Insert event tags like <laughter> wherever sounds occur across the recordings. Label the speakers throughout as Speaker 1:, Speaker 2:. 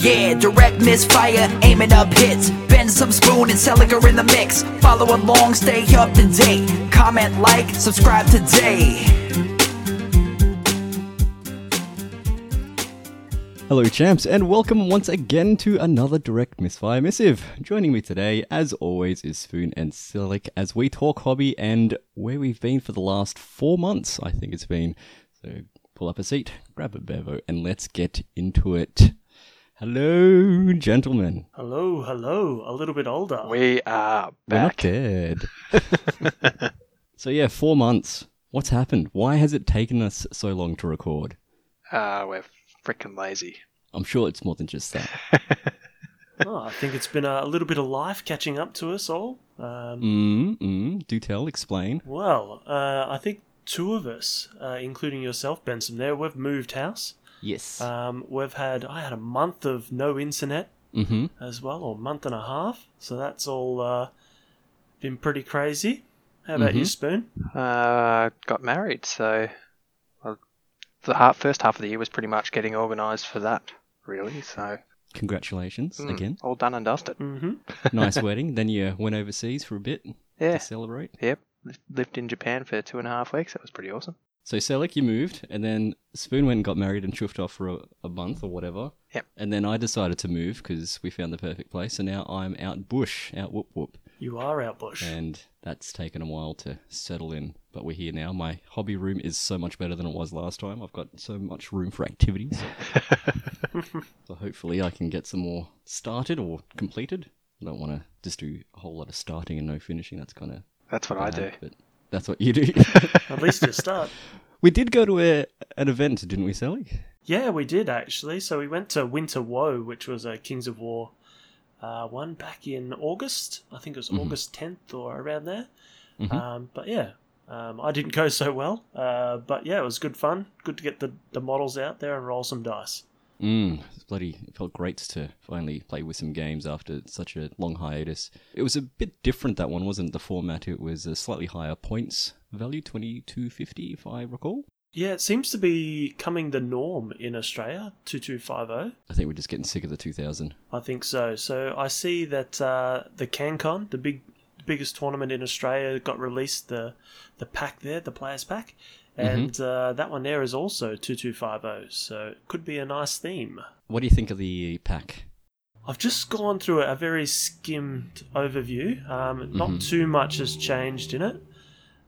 Speaker 1: Yeah, direct misfire, aiming up hits. Bend some spoon and sell liquor in the mix. Follow along, stay up to date. Comment, like, subscribe today.
Speaker 2: Hello, champs, and welcome once again to another Direct Misfire Missive. Joining me today, as always, is Spoon and Silic as we talk hobby and where we've been for the last four months, I think it's been. So pull up a seat, grab a bevo, and let's get into it. Hello, gentlemen.
Speaker 3: Hello, hello. A little bit older.
Speaker 4: We are
Speaker 2: We're not
Speaker 4: back.
Speaker 2: dead. so, yeah, four months. What's happened? Why has it taken us so long to record?
Speaker 4: Ah, we're freaking lazy.
Speaker 2: I'm sure it's more than just that.
Speaker 3: oh, I think it's been a, a little bit of life catching up to us all. Um,
Speaker 2: Mm, mm, do tell, explain.
Speaker 3: Well, uh, I think two of us, uh, including yourself, Benson, there, we've moved house.
Speaker 2: Yes.
Speaker 3: Um, we've had, I had a month of no internet
Speaker 2: mm-hmm.
Speaker 3: as well, or month and a half. So that's all uh, been pretty crazy. How about you, Spoon?
Speaker 4: Uh, got married, so well, the half, first half of the year was pretty much getting organised for that, really. So
Speaker 2: Congratulations
Speaker 4: mm, <laughs>
Speaker 2: again.
Speaker 4: all done and dusted.
Speaker 2: Mm.
Speaker 3: Mm-hmm.
Speaker 2: nice wedding. Then you went overseas for a bit
Speaker 4: Yeah,
Speaker 2: to celebrate.
Speaker 4: yep. Lived in Japan for two and a half weeks. That was pretty awesome.
Speaker 2: So Selleck, you moved, and then Spoon went and got married and chuffed off for a, a month or whatever.
Speaker 4: Yep.
Speaker 2: And then I decided to move because we found the perfect place, and now I'm out bush, out whoop whoop,
Speaker 3: You are out bush.
Speaker 2: and that's taken a while to settle in. But we're here now. My hobby room is so much better than it was last time. I've got so much room for
Speaker 4: <laughs>
Speaker 2: activities. so hopefully I can get some more started or completed. I don't want to just do a whole lot of starting and no finishing. That's kind of
Speaker 4: That's what I do.
Speaker 2: bad, But that's what you
Speaker 4: <laughs>
Speaker 2: do.
Speaker 3: At least you start.
Speaker 2: we did go to a, an event, didn't we, Sally?
Speaker 3: Yeah, we did actually. So we went to Winter Woe, which was a Kings of War uh, one back in August. I think it was August 10th or around there.
Speaker 2: Mhm.
Speaker 3: Um, but yeah, um, I didn't <laughs> go so well. Uh, but yeah, it was good fun. Good to get the, the models out there and roll some dice.
Speaker 2: Mm, it's bloody, it felt great to finally play with some games after such a long hiatus. It was a bit different that one, wasn't it? The format it was a slightly higher points value, twenty two fifty, if I recall.
Speaker 3: Yeah, it seems to be coming the norm in Australia, 2250.
Speaker 2: I think we're just getting sick of the two thousand.
Speaker 3: I think so. So I see that uh, the CanCon, the big, the biggest tournament in Australia, got released the the pack there, the players pack, and uh, that one there is also two two five zero. So it could be a nice theme.
Speaker 2: What do you think of the pack?
Speaker 3: I've just gone through a very skimmed overview. Um,
Speaker 2: Mm-hmm.
Speaker 3: not too much has changed in it,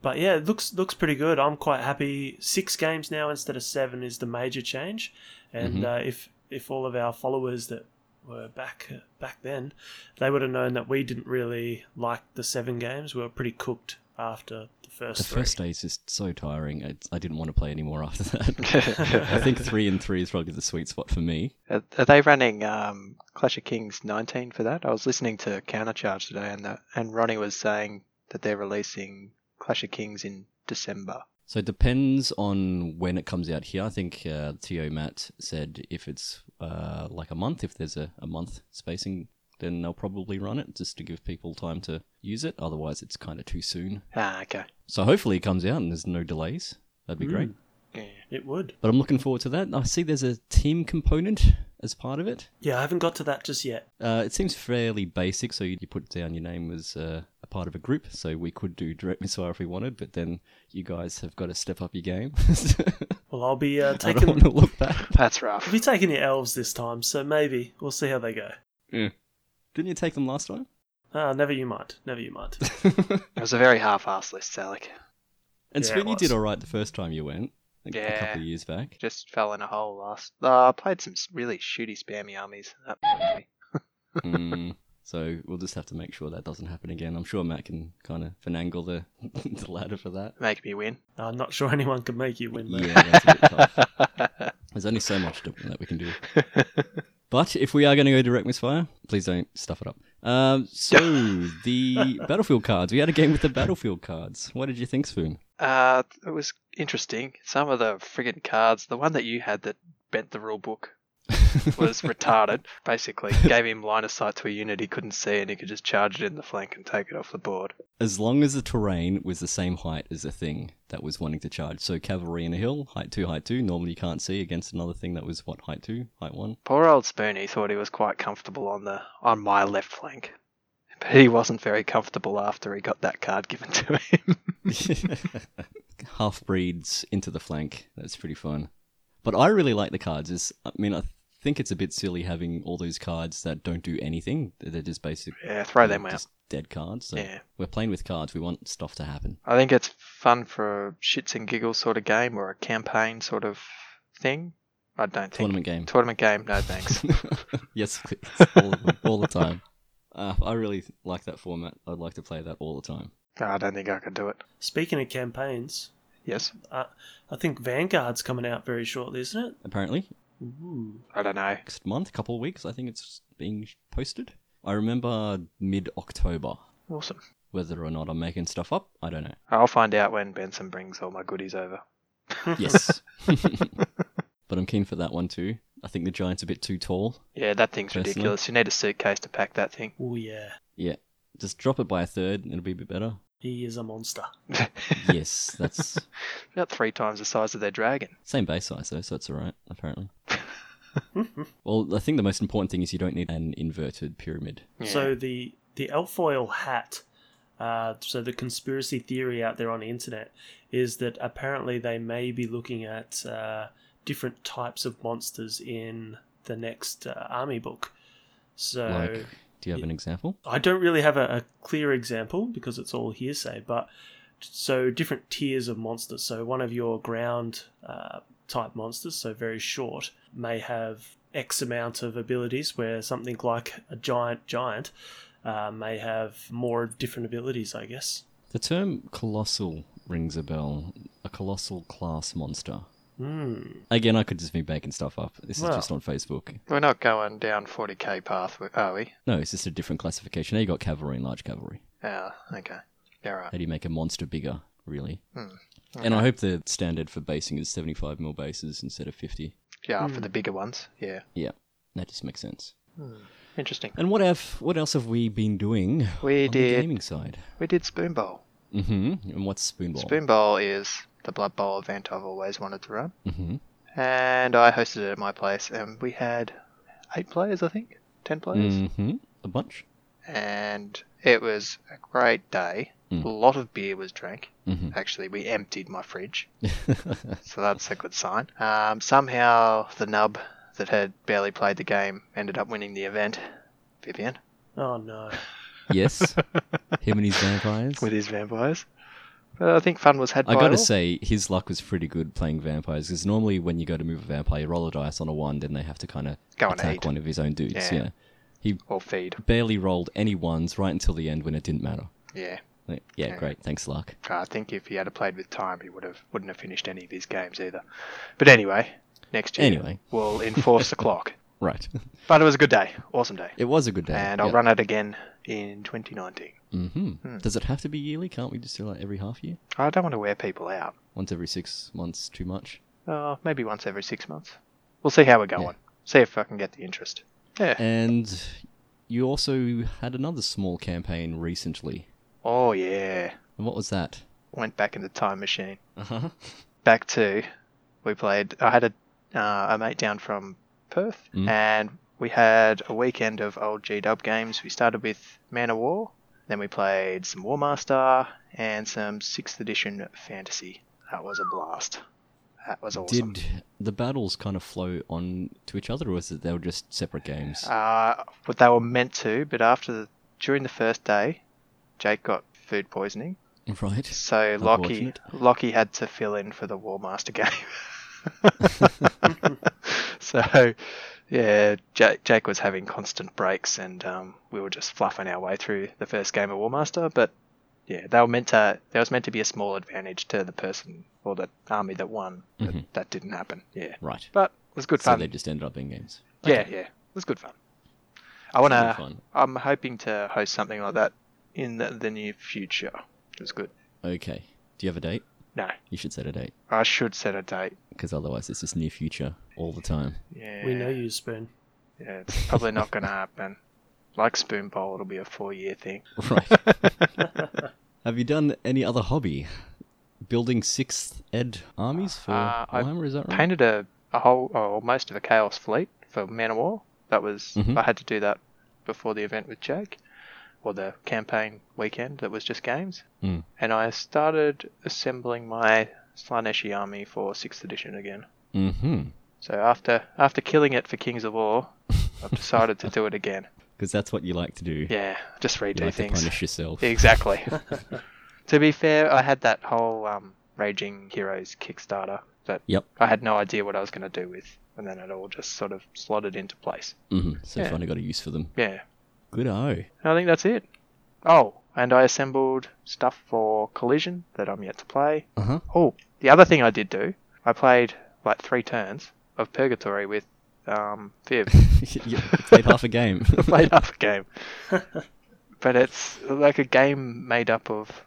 Speaker 3: but yeah, it looks looks pretty good. I'm quite happy. Six games now instead of seven is the major change, and
Speaker 2: Mm-hmm.
Speaker 3: uh, if if all of our followers that were back back then, they would have known that we didn't really like the seven games. We were pretty cooked after the first
Speaker 2: The
Speaker 3: three.
Speaker 2: first day is just so tiring. It's, I didn't want to play anymore after that. <laughs> I think three and three is probably the sweet spot for me.
Speaker 4: <laughs> Are, are they running um, Clash of Kings 19 for that? I was listening to Countercharge today, and the, and Ronnie was saying that they're releasing Clash of Kings in December.
Speaker 2: So it depends on when it comes out here. I think uh, Tio Matt said if it's uh, like a month, if there's a, a month spacing, then they'll probably run it just to give people time to use it. Otherwise, it's kind of too soon.
Speaker 4: Ah, okay.
Speaker 2: So hopefully it comes out and there's no delays. That'd
Speaker 3: Hmm.
Speaker 2: be great.
Speaker 4: Yeah.
Speaker 3: Mm, It would.
Speaker 2: But I'm looking forward to that. I see there's a team component as part of it.
Speaker 3: Yeah, I haven't got to that just yet.
Speaker 2: Uh, it seems fairly basic, so you, you put down your name as uh, a part of a group. So we could do direct missile if we wanted, but then you guys have got to step up your game. <laughs>
Speaker 3: Well, I'll be uh,
Speaker 2: I don't
Speaker 3: taking.
Speaker 2: want to look back.
Speaker 4: That's rough.
Speaker 3: I'll be taking your elves this time, so maybe we'll see how they go.
Speaker 2: Didn't you take them last time?
Speaker 3: Ah, never you mind. Never
Speaker 2: <laughs>
Speaker 3: you mind.
Speaker 4: It was a very half-assed list, Alec.
Speaker 2: And
Speaker 3: Yeah,
Speaker 2: Sweeney
Speaker 3: it was.
Speaker 2: did all right the first time you went, like, a
Speaker 4: Yeah.
Speaker 2: couple of years
Speaker 3: <laughs>
Speaker 2: back.
Speaker 4: Just fell in a hole last. Uh, I played some s- really shooty, spammy armies. That <laughs> bugged me.
Speaker 2: Mm, so we'll just have to make sure that doesn't happen again. I'm sure Matt can kind of finagle the, <laughs> the ladder for that.
Speaker 4: Make me win.
Speaker 3: I'm not sure anyone can make you win, mate.
Speaker 2: Yeah, that's a <laughs> bit
Speaker 3: <laughs>
Speaker 2: tough. There's only so much to- that we can do. But if we are going to go direct misfire, please don't stuff it up. Um, so
Speaker 3: <laughs>
Speaker 2: the battlefield cards. We had a game with the battlefield cards. What did you think, Spoon?
Speaker 4: <laughs> Uh,
Speaker 2: <laughs>
Speaker 4: it was interesting. Some of the friggin' cards. The one that you had that bent the rule book. was retarded, basically. Gave him line of sight to a unit he couldn't see and he could just charge it in the flank and take it off the board.
Speaker 2: As long as the terrain was the same height as the thing that was wanting to charge. So cavalry in a hill, height two, height two. Normally you can't see against another thing that was what height two, height
Speaker 4: <laughs>
Speaker 2: one.
Speaker 4: Poor old Spoony thought he was quite comfortable on the on my left flank. But he wasn't very comfortable after he got that card given to him. <laughs>
Speaker 2: Half breeds into the flank. That's pretty fun. But I really like the cards. Is I mean I think it's a bit silly having all those cards that don't do anything. They're just basic
Speaker 4: yeah, throw them out.
Speaker 2: just dead cards. So
Speaker 4: Yeah.
Speaker 2: we're playing with cards. We want stuff to
Speaker 4: <laughs>
Speaker 2: happen. <laughs>
Speaker 4: I think it's fun for a shits and giggles sort of game or a campaign sort of thing. I don't think
Speaker 2: Tournament game.
Speaker 4: Tournament game,
Speaker 2: <laughs>
Speaker 4: no thanks.
Speaker 2: yes, please. All, of them, all the time. Uh, I really like that format. I'd like to play that all the time.
Speaker 4: I don't think I could do it.
Speaker 3: Speaking of campaigns,
Speaker 4: Yes,
Speaker 3: uh, I think Vanguard's coming out very shortly, isn't it?
Speaker 2: Apparently,
Speaker 3: Ooh.
Speaker 4: I don't know.
Speaker 2: next month, couple of weeks, I think it's being posted. I remember mid October.
Speaker 4: Awesome.
Speaker 2: Whether or not I'm making stuff up, I don't
Speaker 4: <laughs>
Speaker 2: know.
Speaker 4: I'll find out when Benson brings all my goodies over.
Speaker 2: Yes. <laughs> but I'm keen for that one too. I think the giant's a bit too tall.
Speaker 4: Yeah, that thing's
Speaker 2: Personally?
Speaker 4: ridiculous. You need a suitcase to pack that thing. <laughs>
Speaker 3: Oh, yeah.
Speaker 2: Yeah. Just drop it by a third, it'll be a bit better.
Speaker 3: He is a monster.
Speaker 2: Yes, that's
Speaker 4: About three times the size of their dragon.
Speaker 2: Same base size though, so it's alright, apparently. well, I think the most important thing is you don't need an inverted pyramid.
Speaker 4: Yeah.
Speaker 3: So the the Elfoil hat, uh, so the conspiracy theory out there on the internet is that apparently they may be looking at uh, different types of monsters in the next uh, army book. So
Speaker 2: Like, do you have an example?
Speaker 3: I don't really have a, a clear example because it's all hearsay, but so different tiers of monsters. So one of your ground uh, type monsters, so very short, may have X amount of abilities, where something like a giant giant uh, may have more different abilities, I guess.
Speaker 2: The term colossal rings a bell. A colossal class monster.
Speaker 4: Hmm.
Speaker 2: Again, I could just be making stuff up. This is
Speaker 3: Well.
Speaker 2: just on Facebook.
Speaker 4: We're not going down 40k path, are we?
Speaker 2: No, it's just a different classification. Now you got cavalry and large cavalry.
Speaker 4: Ah, okay. All right.
Speaker 2: How do you make a monster bigger, really?
Speaker 4: Hmm.
Speaker 2: And I hope the standard for basing is 75 mil bases instead of 50.
Speaker 4: Yeah,
Speaker 2: Hmm.
Speaker 4: for the bigger ones. Yeah.
Speaker 2: Yeah, that just makes sense.
Speaker 4: Interesting.
Speaker 2: And what have what else have we been doing
Speaker 4: We
Speaker 2: on the
Speaker 4: did-
Speaker 2: gaming side?
Speaker 4: We did Spoon Bowl.
Speaker 2: hmm And what's Spoonball?
Speaker 4: Spoon Bowl is the Blood Bowl event I've always wanted to run.
Speaker 2: Mhm.
Speaker 4: And I hosted it at my place, and we had eight players, I think, ten players.
Speaker 2: hmm A
Speaker 4: <laughs>
Speaker 2: bunch.
Speaker 4: And it was a great day.
Speaker 2: Mm.
Speaker 4: A lot of beer was drank.
Speaker 2: Mm-hmm.
Speaker 4: Actually, we emptied my
Speaker 2: <laughs>
Speaker 4: fridge, so that's a good sign. Um, somehow, the nub that had barely played the game ended up winning the event. Vivian.
Speaker 3: Oh no!
Speaker 2: Yes. Him and his vampires.
Speaker 4: With his vampires. But I think fun was had
Speaker 2: I
Speaker 4: by
Speaker 2: gotta
Speaker 4: all.
Speaker 2: say, his luck was pretty good playing vampires because normally when you go to move a vampire, you roll a dice on a one, then they have to kind of
Speaker 4: Go and
Speaker 2: attack
Speaker 4: eat.
Speaker 2: one of his own dudes.
Speaker 4: Yeah.
Speaker 2: yeah. He
Speaker 4: Or feed.
Speaker 2: barely rolled any ones right until the end when it didn't matter.
Speaker 4: Yeah.
Speaker 2: Like, yeah, great. Thanks, luck.
Speaker 4: Uh, I think if he had played with time, he would have wouldn't have finished any of his games either. But anyway, next year
Speaker 2: Anyway.
Speaker 4: we'll enforce the clock.
Speaker 2: Right. <laughs>
Speaker 4: But it was a good day, awesome day,
Speaker 2: it was a good day.
Speaker 4: and I'll run it again in 2019.
Speaker 2: hmm Does it have to be yearly? Can't we just do like every half year?
Speaker 4: I don't want to wear people out.
Speaker 2: Once every six months, too much.
Speaker 4: Uh, maybe once every six months. We'll see how we're going. See if I can get the interest. Yeah.
Speaker 2: And you also had another small campaign recently.
Speaker 4: oh yeah.
Speaker 2: And what was that?
Speaker 4: Went back in the time machine.
Speaker 2: Uh huh.
Speaker 4: back to we played i had a, uh, a mate down from perth and we had a weekend of old g-dub games we started with man of war then we played some war master and some 6th edition fantasy that was a blast that was awesome
Speaker 2: Did the battles kind of flow on to each other, or was it they were just separate games?
Speaker 4: uh, what they were meant to but after the, during the first day jake got food poisoning
Speaker 2: right.
Speaker 4: so lockie
Speaker 2: Unfortunate.
Speaker 4: lockie had to fill in for the war
Speaker 2: <laughs>
Speaker 4: master game <laughs> So, yeah, Jake, Jake was having constant breaks, and um, we were just fluffing our way through the first game of War Master. But yeah, they were meant to. There was meant to be a small advantage to the person or the army that won. but that didn't happen. Yeah,
Speaker 2: Mm-hmm. Right.
Speaker 4: but it was good
Speaker 2: So
Speaker 4: fun.
Speaker 2: they just ended up being games.
Speaker 4: Yeah, yeah, it was good fun. I want
Speaker 2: Really
Speaker 4: to.
Speaker 2: fun.
Speaker 4: I'm hoping to host something like that in the, the near future. It was good.
Speaker 2: Okay. Do you have a date?
Speaker 4: No,
Speaker 2: You should set a date
Speaker 4: I should set a date.
Speaker 2: because otherwise it's just near future all the time. <laughs>
Speaker 4: Yeah,
Speaker 3: We know you, Spoon.
Speaker 4: Yeah, it's probably not going to happen. Like Spoon Bowl, it'll be a four-year thing.
Speaker 2: Right.
Speaker 4: <laughs>
Speaker 2: Have you done any other hobby? Building sixth ed armies for
Speaker 4: Uh, I
Speaker 2: Warhammer, is that right?
Speaker 4: Painted a, a whole, oh, most of the Chaos Fleet for Man of War. That was
Speaker 2: Mhm.
Speaker 4: I had to do that before the event with Jake, or the campaign weekend that was just games.
Speaker 2: Mm.
Speaker 4: And I started assembling my Slaneshi army for sixth edition again.
Speaker 2: Mm-hmm.
Speaker 4: So after after killing it for Kings of War, I've decided to do it again.
Speaker 2: Because that's what you like to do.
Speaker 4: Yeah, just
Speaker 2: <laughs>
Speaker 4: redo
Speaker 2: you like to
Speaker 4: things.
Speaker 2: punish yourself.
Speaker 4: Exactly. to be fair, I had that whole um, Raging Heroes Kickstarter that
Speaker 2: Yep.
Speaker 4: I had no idea what I was going to do with, and then it all just sort of slotted into place.
Speaker 2: hmm So
Speaker 4: Yeah.
Speaker 2: finally got a use for them.
Speaker 4: Yeah,
Speaker 2: Good
Speaker 4: <laughs>
Speaker 2: O. <laughs>
Speaker 4: And I think that's it. Oh, and I assembled stuff for Collision that I'm yet to play.
Speaker 2: Uh huh.
Speaker 4: Oh, the other thing I did do, I played like three turns of Purgatory with um, Viv.
Speaker 2: you played half a
Speaker 4: <laughs>
Speaker 2: game.
Speaker 4: played
Speaker 2: <laughs>
Speaker 4: half a game. but it's like a game made up of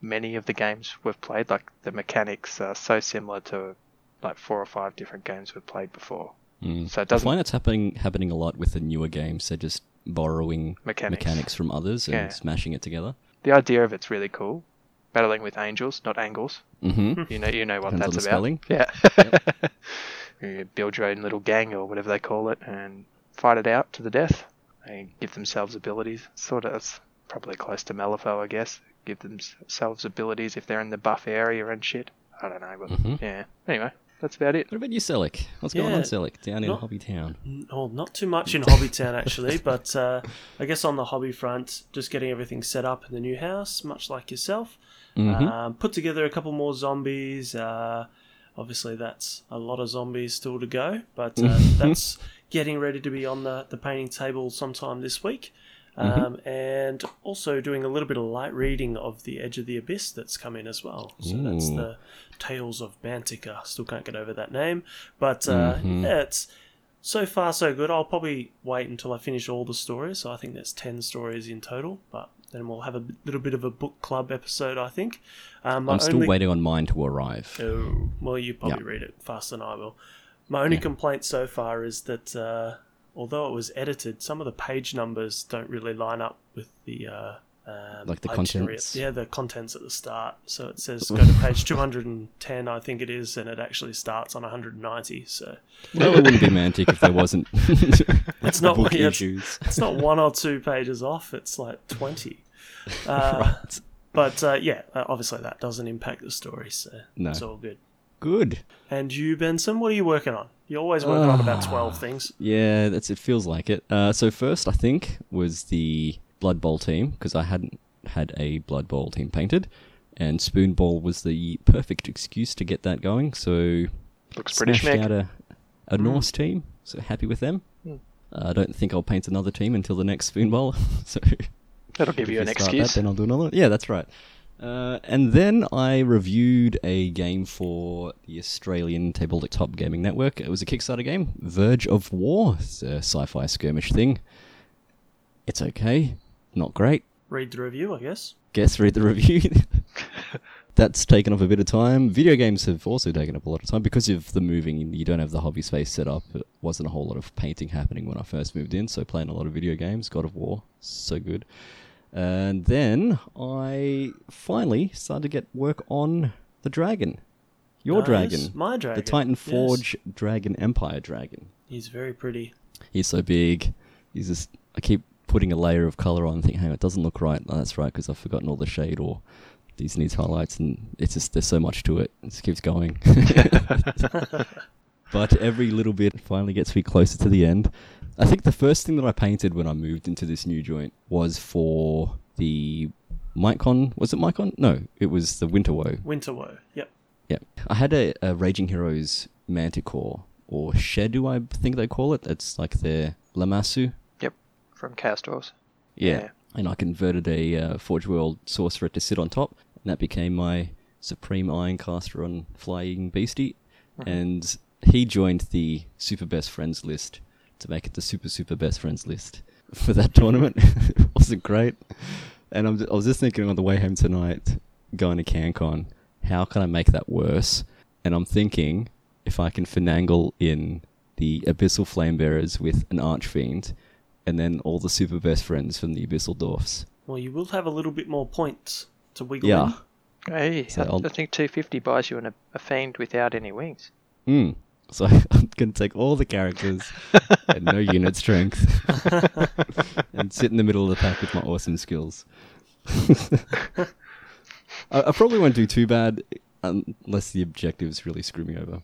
Speaker 4: many of the games we've played. Like the mechanics are so similar to like four or five different games we've played before.
Speaker 2: Mm.
Speaker 4: So it
Speaker 2: I
Speaker 4: doesn't.
Speaker 2: find that's happening happening a lot with the newer games. They're just borrowing
Speaker 4: Mechanics.
Speaker 2: from others and
Speaker 4: Yeah.
Speaker 2: smashing it together.
Speaker 4: The idea of it's really cool. Battling with angels, not angles.
Speaker 2: Mm-hmm.
Speaker 4: You know, you know what
Speaker 2: Depends on
Speaker 4: that's
Speaker 2: the
Speaker 4: about.
Speaker 2: spelling.
Speaker 4: Yeah. <laughs> you build your own little gang or whatever they call it, and fight it out to the death. They give themselves abilities. Sort of, it's probably close to Malifaux, I guess. Give themselves abilities if they're in the buff area and shit. I don't know, but
Speaker 2: Mhm.
Speaker 4: yeah. Anyway, that's about it.
Speaker 2: What about you, Selic? What's going
Speaker 3: Yeah.
Speaker 2: on, Selic? Down in
Speaker 3: Not-
Speaker 2: Hobby Town.
Speaker 3: N- Oh, not too much in Hobby Town actually, but uh, I guess on the hobby front, just getting everything set up in the new house, much like yourself.
Speaker 2: Mhm.
Speaker 3: Um, put together a couple more zombies. Uh, obviously, that's a lot of zombies still to go,
Speaker 2: <laughs>
Speaker 3: but uh, that's getting ready to be on the, the painting table sometime this week.
Speaker 2: Mm-hmm.
Speaker 3: Um, And also doing a little bit of light reading of The Edge of the Abyss that's come in as well. So that's
Speaker 2: Ooh.
Speaker 3: the Tales of Mantica. Still can't get over that name. But uh,
Speaker 2: Mhm.
Speaker 3: yeah, it's so far so good. I'll probably wait until I finish all the stories. So I think there's ten stories in total. But then we'll have a b- little bit of a book club episode. I think. Um, my
Speaker 2: I'm still
Speaker 3: only-
Speaker 2: waiting on mine to <laughs> arrive.
Speaker 3: Oh, well, you probably read it faster than I will. My only complaint so far is that uh, although it was edited, some of the page numbers don't really line up with the. Uh, um,
Speaker 2: Like the
Speaker 3: itinerary-
Speaker 2: contents?
Speaker 3: yeah, the contents at the start. So it says
Speaker 2: <laughs>
Speaker 3: go to page two hundred and ten, I think it is, and it actually starts on one hundred and ninety. So
Speaker 2: Well, it wouldn't be Mantic if there
Speaker 3: <laughs>
Speaker 2: wasn't <laughs> it's
Speaker 3: not-
Speaker 2: book
Speaker 3: yeah, it's-
Speaker 2: issues.
Speaker 3: it's not one or two pages off it's like
Speaker 2: <laughs>
Speaker 3: 20 uh,
Speaker 2: Right.
Speaker 3: but uh, yeah uh, obviously that doesn't impact the story so
Speaker 2: No.
Speaker 3: it's all good
Speaker 2: Good.
Speaker 3: and you benson what are you working on you're always working on about
Speaker 2: Ah.
Speaker 3: 12 things
Speaker 2: Yeah, that's it. Feels like it. Uh, so first, I think was the Blood Bowl team because I hadn't had a Blood Bowl team painted, and Spoonball was the perfect excuse to get that going. So
Speaker 4: Looks pretty
Speaker 2: smashed out
Speaker 4: schmick.
Speaker 2: a, a
Speaker 3: Mm.
Speaker 2: Norse team. So happy with them.
Speaker 3: Hmm.
Speaker 2: Uh, I don't think I'll paint another team until the next Spoonball. <laughs> so
Speaker 4: That'll give you
Speaker 2: if
Speaker 4: an
Speaker 2: we start that,
Speaker 4: excuse.
Speaker 2: then I'll do another. Yeah, that's right. Uh, and then I reviewed a game for the Australian Tabletop Gaming Network. It was a Kickstarter game, Verge of War. It's a sci-fi skirmish thing. It's okay, not great.
Speaker 3: read the review i guess
Speaker 2: Guess read the review. <laughs> That's taken up a bit of time. Video games have also taken up a lot of time because of the moving. You don't have the hobby space set up. It wasn't a whole lot of painting happening when I first moved in, so playing a lot of video games. God of War, so good. And then I finally started to get work on the dragon. Your
Speaker 3: Nice.
Speaker 2: dragon.
Speaker 3: Ah, My dragon,
Speaker 2: The Titan
Speaker 3: yes.
Speaker 2: Forge Dragon Empire Dragon.
Speaker 3: he's very pretty
Speaker 2: He's so big. He's just. I keep putting a layer of color on and think, hang on, it doesn't look right. No, that's right, because I've forgotten all the shade or these needs highlights, and it's just there's so much to it. It just keeps going. but every little bit finally gets me closer to the end. I think the first thing that I painted when I moved into this new joint was for the Micon. Was it Micon? No, it was the Winter Woe.
Speaker 3: winter woe yep
Speaker 2: Yeah. I had a, a Raging Heroes Manticore, or Shedu, I think they call it. It's like their Lamassu.
Speaker 4: Yep, from Chaos Dwarves. Yeah.
Speaker 2: And I converted a uh, Forge World Sorcerer to sit on top, and that became my Supreme Ironcaster on Flying Beastie. And he joined the Super Best Friends list to make it the Super Super Best Friends list <laughs> for that tournament. <laughs> it wasn't great. And I'm, I was just thinking on the way home tonight, going to CanCon, how can I make that worse? And I'm thinking if I can finagle in the Abyssal Flamebearers with an Archfiend, and then all the super best friends from the Abyssal Dwarfs.
Speaker 3: Well, you will have a little bit more points to wiggle
Speaker 2: Yeah.
Speaker 3: in.
Speaker 4: Hey,
Speaker 2: So
Speaker 4: I,
Speaker 2: I'll-
Speaker 4: I think 250 buys you an, a- a fiend without any wings.
Speaker 2: Mm. <laughs> So I'm going to take all the characters and no unit strength <laughs> and sit in the middle of the pack with my awesome skills. <laughs> I, I probably won't do too bad um, unless the objectives really screw me over.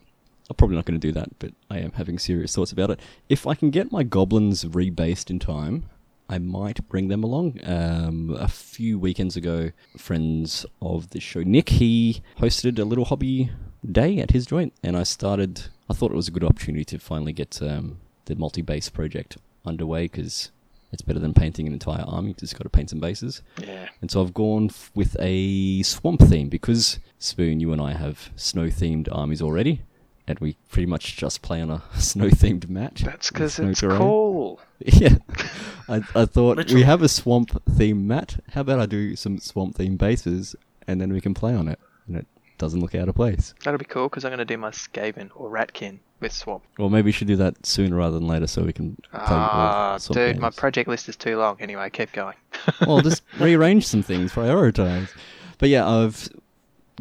Speaker 2: I'm probably not going to do that, but I am having serious thoughts about it. If I can get my goblins rebased in time, I might bring them along. Um, a few weekends ago, friends of the show, Nick, he hosted a little hobby day at his joint, and I started. I thought it was a good opportunity to finally get um, the multi base project underway because it's better than painting an entire army. Just got to paint some bases.
Speaker 4: Yeah.
Speaker 2: And so I've gone f- with a swamp theme because Spoon, you and I have snow themed armies already, and we pretty much just play on a <laughs> snow themed match.
Speaker 4: That's
Speaker 2: with
Speaker 4: because
Speaker 2: snow
Speaker 4: it's
Speaker 2: terrain.
Speaker 4: cool.
Speaker 2: <laughs> Yeah, I, I thought
Speaker 3: Literally.
Speaker 2: we have a swamp theme mat. How about I do some swamp themed bases, and then we can play on it, and it doesn't look out of place.
Speaker 4: That'll be cool because I'm going to do my Skaven or Ratkin with Swamp.
Speaker 2: Or maybe we should do that sooner rather than later, so we can play
Speaker 4: Ah,
Speaker 2: with
Speaker 4: dude,
Speaker 2: swamp
Speaker 4: my
Speaker 2: games.
Speaker 4: project list is too long. Anyway, keep going.
Speaker 2: well, just <laughs> rearrange some things, prioritize. But yeah, I've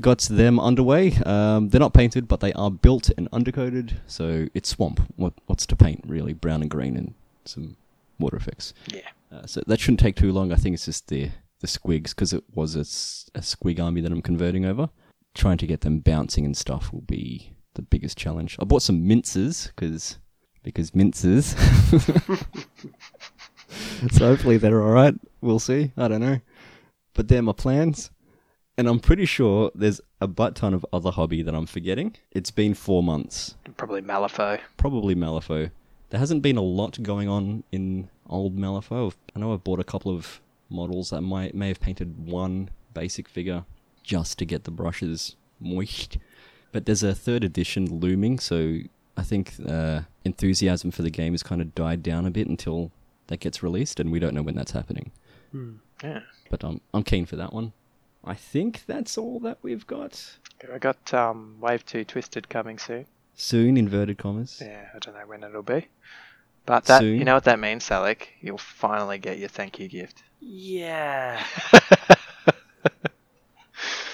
Speaker 2: got them underway. Um, they're not painted, but they are built and undercoated, so it's swamp. What what's to paint really? Brown and green and some water effects.
Speaker 4: Yeah.
Speaker 2: Uh, so that shouldn't take too long. I think it's just the the squigs because it was a, s- a squig army that I'm converting over. Trying to get them bouncing and stuff will be the biggest challenge. I bought some minces because because minces. <laughs> so hopefully they're all right. We'll see. I don't know, but they're my plans. And I'm pretty sure there's a butt ton of other hobby that I'm forgetting. It's been four months
Speaker 4: Probably Malifaux.
Speaker 2: probably Malifaux. There hasn't been a lot going on in old Malifaux. I know I've bought a couple of models. I might may have painted one basic figure just to get the brushes moist. But there's a third edition looming, so I think uh, enthusiasm for the game has kind of died down a bit until that gets released, and we don't know when that's happening.
Speaker 4: Yeah.
Speaker 2: But I'm I'm keen for that one. I think that's all that we've got.
Speaker 4: I got um, Wave 2 Twisted coming soon.
Speaker 2: Soon, inverted commas.
Speaker 4: Yeah, I don't know when it'll be. But that
Speaker 2: Soon.
Speaker 4: you know what that means, Salik? You'll finally get your thank you gift.
Speaker 3: Yeah.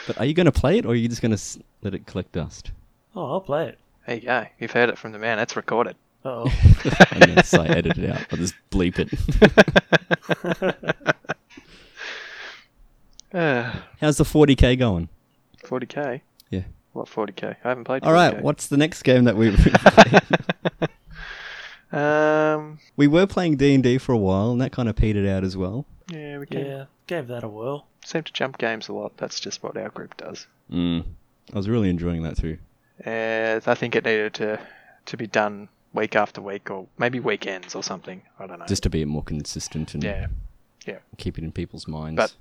Speaker 2: But are you going to play it, or are you just going to let it collect dust? <laughs>
Speaker 3: Oh, I'll play it.
Speaker 4: There you go. You've heard it from the man. It's
Speaker 2: <sighs>
Speaker 4: recorded.
Speaker 2: <laughs>
Speaker 3: Oh,
Speaker 2: and then say edit it out. I'll just bleep it. <laughs>
Speaker 4: Uh,
Speaker 2: How's the 40k going?
Speaker 4: 40k.
Speaker 2: Yeah.
Speaker 4: What 40k? I haven't played.
Speaker 2: All right.
Speaker 4: 40K.
Speaker 2: What's the next game that we <laughs>
Speaker 4: Um.
Speaker 2: we were playing D and D for a while, and that kind of petered out as well.
Speaker 4: Yeah, we can
Speaker 3: yeah. Gave that a whirl.
Speaker 4: seem to jump games a lot. That's just what our group does.
Speaker 2: Mm. I was really enjoying that too.
Speaker 4: Uh, I think it needed to to be done week after week, or maybe weekends or something. I don't know.
Speaker 2: Just to be more consistent and
Speaker 4: yeah.
Speaker 2: keep it in people's minds.
Speaker 4: But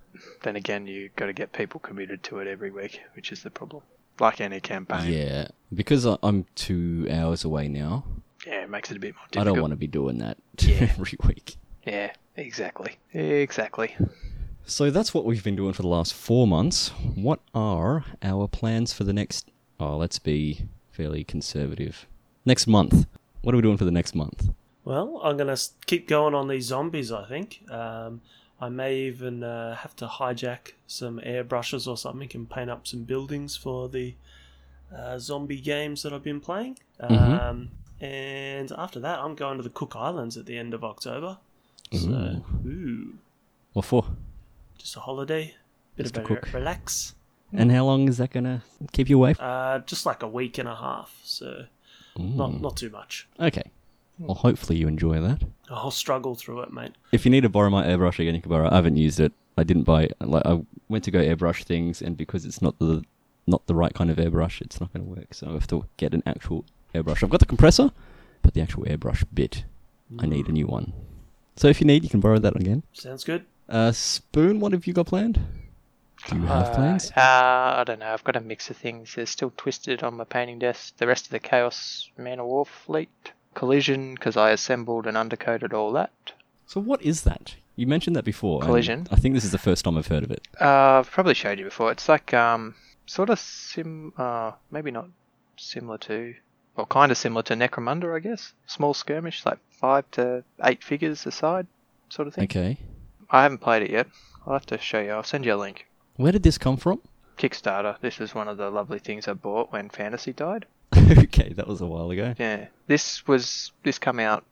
Speaker 4: then again, you got to get people committed to it every week, which is the problem. Like any campaign.
Speaker 2: yeah, because I, I'm two hours away now,
Speaker 4: Yeah, it makes it a bit more
Speaker 2: I
Speaker 4: difficult.
Speaker 2: don't want to be doing that <laughs>
Speaker 4: Yeah.
Speaker 2: every week.
Speaker 4: Yeah, exactly. Exactly.
Speaker 2: So that's what we've been doing for the last four months. What are our plans for the next? Oh, let's be fairly conservative. Next month. What are we doing for the next month?
Speaker 3: Well, I'm going to keep going on these zombies, I think. Um, I may even uh, have to hijack some airbrushes or something and paint up some buildings for the uh, zombie games that I've been playing.
Speaker 2: Mhm.
Speaker 3: Um, and after that, I'm going to the Cook Islands at the end of October. So, ooh,
Speaker 2: What for?
Speaker 3: just a holiday, bit
Speaker 2: Just
Speaker 3: of
Speaker 2: to
Speaker 3: a
Speaker 2: cook.
Speaker 3: relax.
Speaker 2: And how long is that gonna keep you away?
Speaker 3: Uh, just like a week and a half, so not not too much.
Speaker 2: Okay. Well, hopefully you enjoy that.
Speaker 3: I'll struggle through it, mate.
Speaker 2: If you need to borrow my airbrush again, you can borrow. it. I haven't used it. I didn't buy. Like I went to go airbrush things, and because it's not the not the right kind of airbrush, it's not going to work. So I have to get an actual airbrush. I've got the compressor, but the actual airbrush bit, I need a new one. So if you need, you can borrow that again.
Speaker 3: Sounds good.
Speaker 2: Uh, Spoon, what have you got planned? Do you have plans?
Speaker 4: Uh, uh, I don't know. I've got a mix of things. There's still Twisted on my painting desk. The rest of the Chaos Man of War fleet. Collision, because I assembled and undercoated all that.
Speaker 2: So what is that? You mentioned that before. and
Speaker 4: Collision.
Speaker 2: I think this is the first time I've heard of it.
Speaker 4: Uh, I've probably showed you before. It's like um, sort of sim, uh, maybe not similar to, or kind of similar to Necromunda, I guess. Small skirmish, like five to eight figures a side, sort of thing.
Speaker 2: Okay.
Speaker 4: I haven't played it yet. I'll have to show you. I'll send you a link.
Speaker 2: Where did this come from? <laughs>
Speaker 4: Kickstarter. This was one of the lovely things I bought when Fantasy died.
Speaker 2: okay, that was a while ago.
Speaker 4: Yeah, this was this come out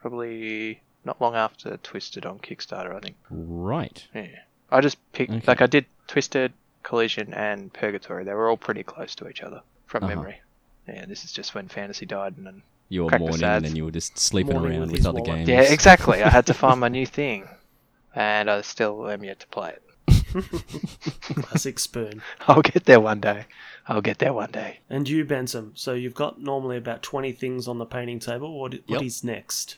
Speaker 4: probably not long after Twisted on Kickstarter, I think.
Speaker 2: Right.
Speaker 4: Yeah, I just picked
Speaker 2: Okay.
Speaker 4: like I did Twisted, Collision, and Purgatory. They were all pretty close to each other from
Speaker 2: Uh-huh.
Speaker 4: memory. Yeah, this is just when Fantasy died, and then
Speaker 2: You were
Speaker 4: Crack the
Speaker 2: mourning
Speaker 4: sads.
Speaker 2: and then you were just sleeping
Speaker 3: Mourning
Speaker 2: around
Speaker 3: with
Speaker 2: with
Speaker 3: his
Speaker 2: other
Speaker 3: wallet.
Speaker 2: games.
Speaker 4: yeah, exactly. I had to find <laughs> my new thing, and I still am yet to play it.
Speaker 3: Classic <laughs> spoon.
Speaker 4: I'll get there one day. I'll get there one day.
Speaker 3: And you, Benson. So you've got normally about twenty things on the painting table. What what
Speaker 2: Yep. <laughs>
Speaker 3: is next?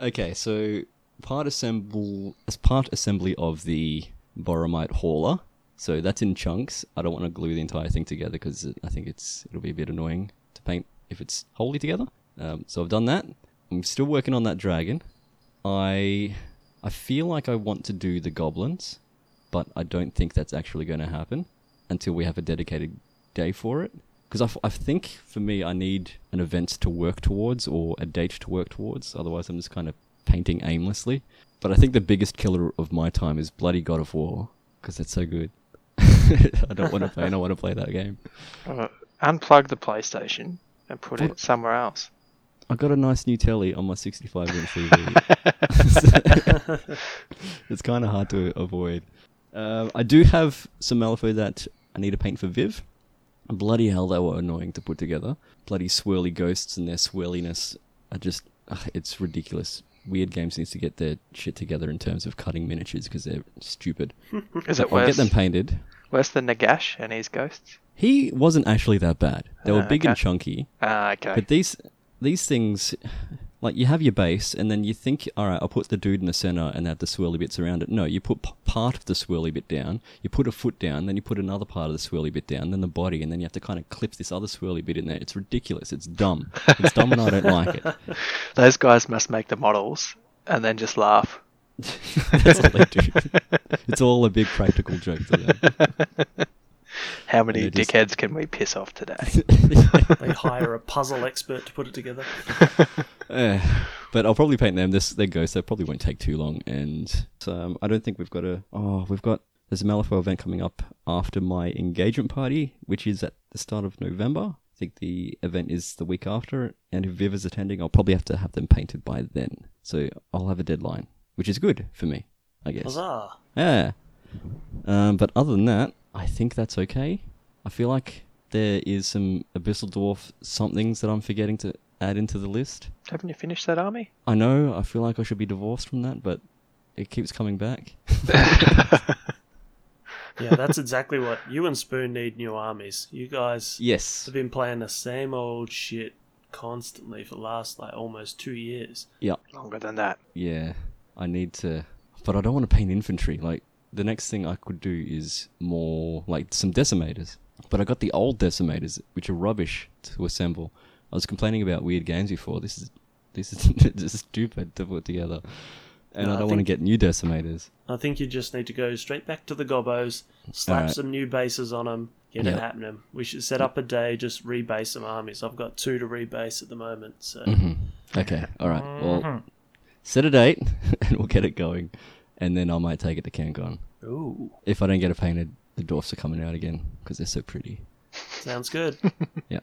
Speaker 2: Okay, so part assemble as part assembly of the boromite hauler. So that's in chunks. I don't want to glue the entire thing together because I think it's it'll be a bit annoying to paint if it's wholly together. Um, so I've done that. I'm still working on that dragon. I I feel like I want to do the goblins, but I don't think that's actually going to happen until we have a dedicated day for it. Because I, f- I think for me, I need an event to work towards or a date to work towards. Otherwise, I'm just kind of painting aimlessly. But I think the biggest killer of my time is bloody God of War because it's so good. <laughs> I don't want to play. I don't want to play that game.
Speaker 4: Uh, unplug the PlayStation and put it somewhere else.
Speaker 2: I got a nice new telly on my 65 inch
Speaker 4: <laughs>
Speaker 2: TV. <laughs> it's kind of hard to avoid. Um, I do have some Malifaux that I need to paint for Viv. Bloody hell, they were annoying to put together. Bloody swirly ghosts and their swirliness are just. ugh, it's ridiculous. Weird Games needs to get their shit together in terms of cutting miniatures because they're stupid.
Speaker 4: Is it
Speaker 2: I'll get
Speaker 4: worse?
Speaker 2: them painted.
Speaker 4: worse than Nagash and his ghosts?
Speaker 2: He wasn't actually that bad. They were
Speaker 4: Ah,
Speaker 2: big and
Speaker 4: okay.
Speaker 2: chunky.
Speaker 4: Ah, okay.
Speaker 2: But these these things, like you have your base, and then you think, all right, I'll put the dude in the center and have the swirly bits around it. No, you put p- part of the swirly bit down. You put a foot down, then you put another part of the swirly bit down, then the body, and then you have to kind of clip this other swirly bit in there. It's ridiculous. It's dumb. It's dumb, and I don't like it. <laughs>
Speaker 4: Those guys must make the models and then just laugh.
Speaker 2: That's all they do. It's all a big practical joke to them.
Speaker 4: How many
Speaker 2: And they just-
Speaker 4: dickheads can we piss off today? <laughs>
Speaker 3: They hire a puzzle expert to put it together.
Speaker 2: Eh, but I'll probably paint them. This their ghosts. They probably won't take too long. And um, I don't think we've got a. Oh, we've got there's a Malifaux event coming up after my engagement party, which is at the start of November. I think the event is the week after. And if Viv is attending, I'll probably have to have them painted by then. So I'll have a deadline, which is good for me, I guess.
Speaker 3: Huzzah!
Speaker 2: Yeah. Um, but other than that, I think that's okay. I feel like there is some Abyssal Dwarf somethings that I'm forgetting to add into the list.
Speaker 4: Haven't you finished that army?
Speaker 2: I know, I feel like I should be divorced from that, but it keeps coming back.
Speaker 3: Yeah, that's exactly what you and Spoon need new armies. You guys
Speaker 2: yes.
Speaker 3: have been playing the same old shit constantly for the last like almost two years.
Speaker 2: Yeah.
Speaker 4: Longer than that.
Speaker 2: Yeah. I need to. But I don't want to paint infantry. Like, the next thing I could do is more. Like, some decimators. But I got the old decimators, which are rubbish to assemble. I was complaining about weird games before. This is. This is <laughs> this is stupid to put together. And
Speaker 3: No,
Speaker 2: I
Speaker 3: I
Speaker 2: don't want to
Speaker 3: think-
Speaker 2: get new decimators.
Speaker 3: I think you just need to go straight back to the gobos, slap
Speaker 2: Alright.
Speaker 3: some new bases on them, get
Speaker 2: Yep.
Speaker 3: it happening. We should set up a day, just rebase some armies. I've got two to rebase at the moment, so
Speaker 2: Mm-hmm. Okay. All right.
Speaker 3: Mm-hmm.
Speaker 2: Well, set a date <laughs> and we'll get it going. And then I might take it to CanCon.
Speaker 3: ooh,
Speaker 2: if I don't get it painted, the dwarfs are coming out again because they're so pretty.
Speaker 3: sounds good.
Speaker 2: Yeah.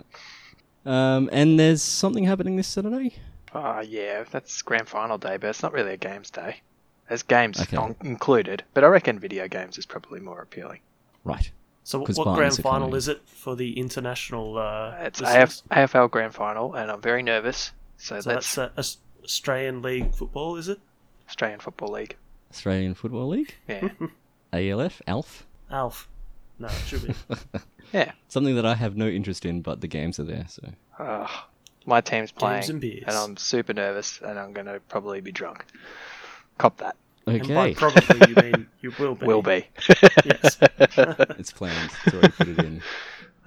Speaker 2: Um, and there's something happening this Saturday.
Speaker 4: Ah, yeah, that's grand final day, but it's not really a games day. There's games
Speaker 2: Okay.
Speaker 4: on- included, but I reckon video games is probably more appealing.
Speaker 2: Right.
Speaker 3: So,
Speaker 2: 'Cause
Speaker 3: what
Speaker 2: Barnes
Speaker 3: grand
Speaker 2: are
Speaker 3: final
Speaker 2: coming.
Speaker 3: is it for the international? Uh,
Speaker 4: It's
Speaker 3: listeners?
Speaker 4: AF- AFL grand final, and I'm very nervous. So,
Speaker 3: So
Speaker 4: that's
Speaker 3: that's uh, Aus- Australian League football, is it?
Speaker 4: Australian
Speaker 3: <laughs>
Speaker 4: Football League.
Speaker 2: Australian Football League,
Speaker 4: Yeah,
Speaker 2: ALF, ALF.
Speaker 3: Alf. No, it should
Speaker 2: <laughs>
Speaker 3: be.
Speaker 4: yeah.
Speaker 2: Something that I have no interest in, but the games are there, so.
Speaker 4: Ugh. my team's playing,
Speaker 3: and beers.
Speaker 4: I'm super nervous, and I'm gonna probably be drunk. Cop that.
Speaker 3: And by
Speaker 2: Okay.
Speaker 3: probably you mean you will be.
Speaker 4: Will be.
Speaker 3: <laughs>
Speaker 4: <laughs>
Speaker 3: Yes.
Speaker 2: <laughs> it's planned. It's already put it
Speaker 3: <laughs>
Speaker 2: in.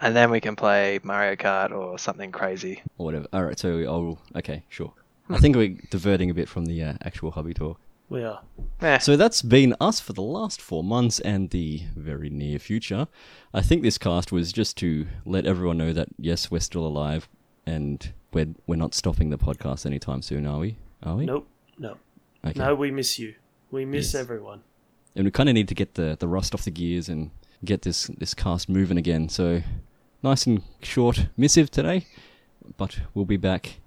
Speaker 4: and then we can play Mario Kart or something crazy.
Speaker 2: oh, Or whatever. All right, so I'll. Okay, sure. I think we're diverting a bit from the uh, actual hobby tour.
Speaker 3: We are.
Speaker 4: Eh,
Speaker 2: So that's been us for the last four months and the very near future. I think this cast was just to let everyone know that yes, we're still alive and we're we're not stopping the podcast anytime soon, are we? Are we?
Speaker 3: Nope. No.
Speaker 2: Okay.
Speaker 3: No, we miss you. We miss
Speaker 2: Yes.
Speaker 3: everyone.
Speaker 2: And we kind of need to get the, the rust off the gears and get this this cast moving again. So nice and short missive today, but we'll be back.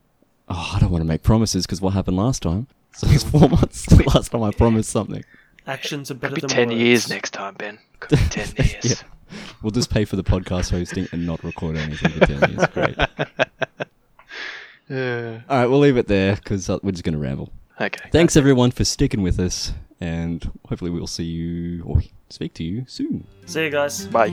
Speaker 2: Oh, I don't want to make promises because what happened last time? <laughs> So it's four months. <laughs> last time I promised something.
Speaker 3: Actions are better
Speaker 4: could be
Speaker 3: than
Speaker 4: ten
Speaker 3: words.
Speaker 4: years next time, Ben. Could be ten
Speaker 2: <laughs>
Speaker 4: years.
Speaker 2: Yeah. We'll just pay for the podcast hosting and not record anything for 10 years. Great. All right, we'll leave it there because we're just going to ramble.
Speaker 4: Okay.
Speaker 2: Thanks, everyone, for sticking with us, and hopefully, we'll see you or speak to you soon.
Speaker 3: See you guys.
Speaker 4: Bye.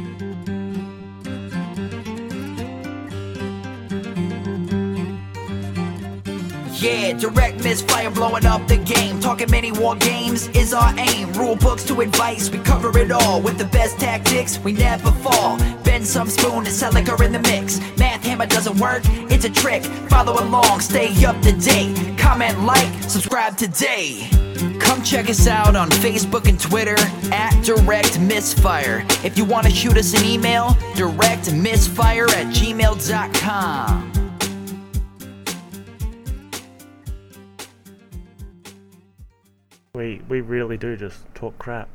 Speaker 1: Yeah, direct misfire blowing up the game. Talking mini war games is our aim. Rule books to advice, we cover it all. With the best tactics, we never fall. Bend some spoon and sell liquor in the mix. Math hammer doesn't work, it's a trick. Follow along, stay up to date. Comment, like, subscribe today. Come check us out on Facebook and Twitter at Direct Misfire. If you want to shoot us an email, directmisfire at gmail.com.
Speaker 3: We we really do just talk crap.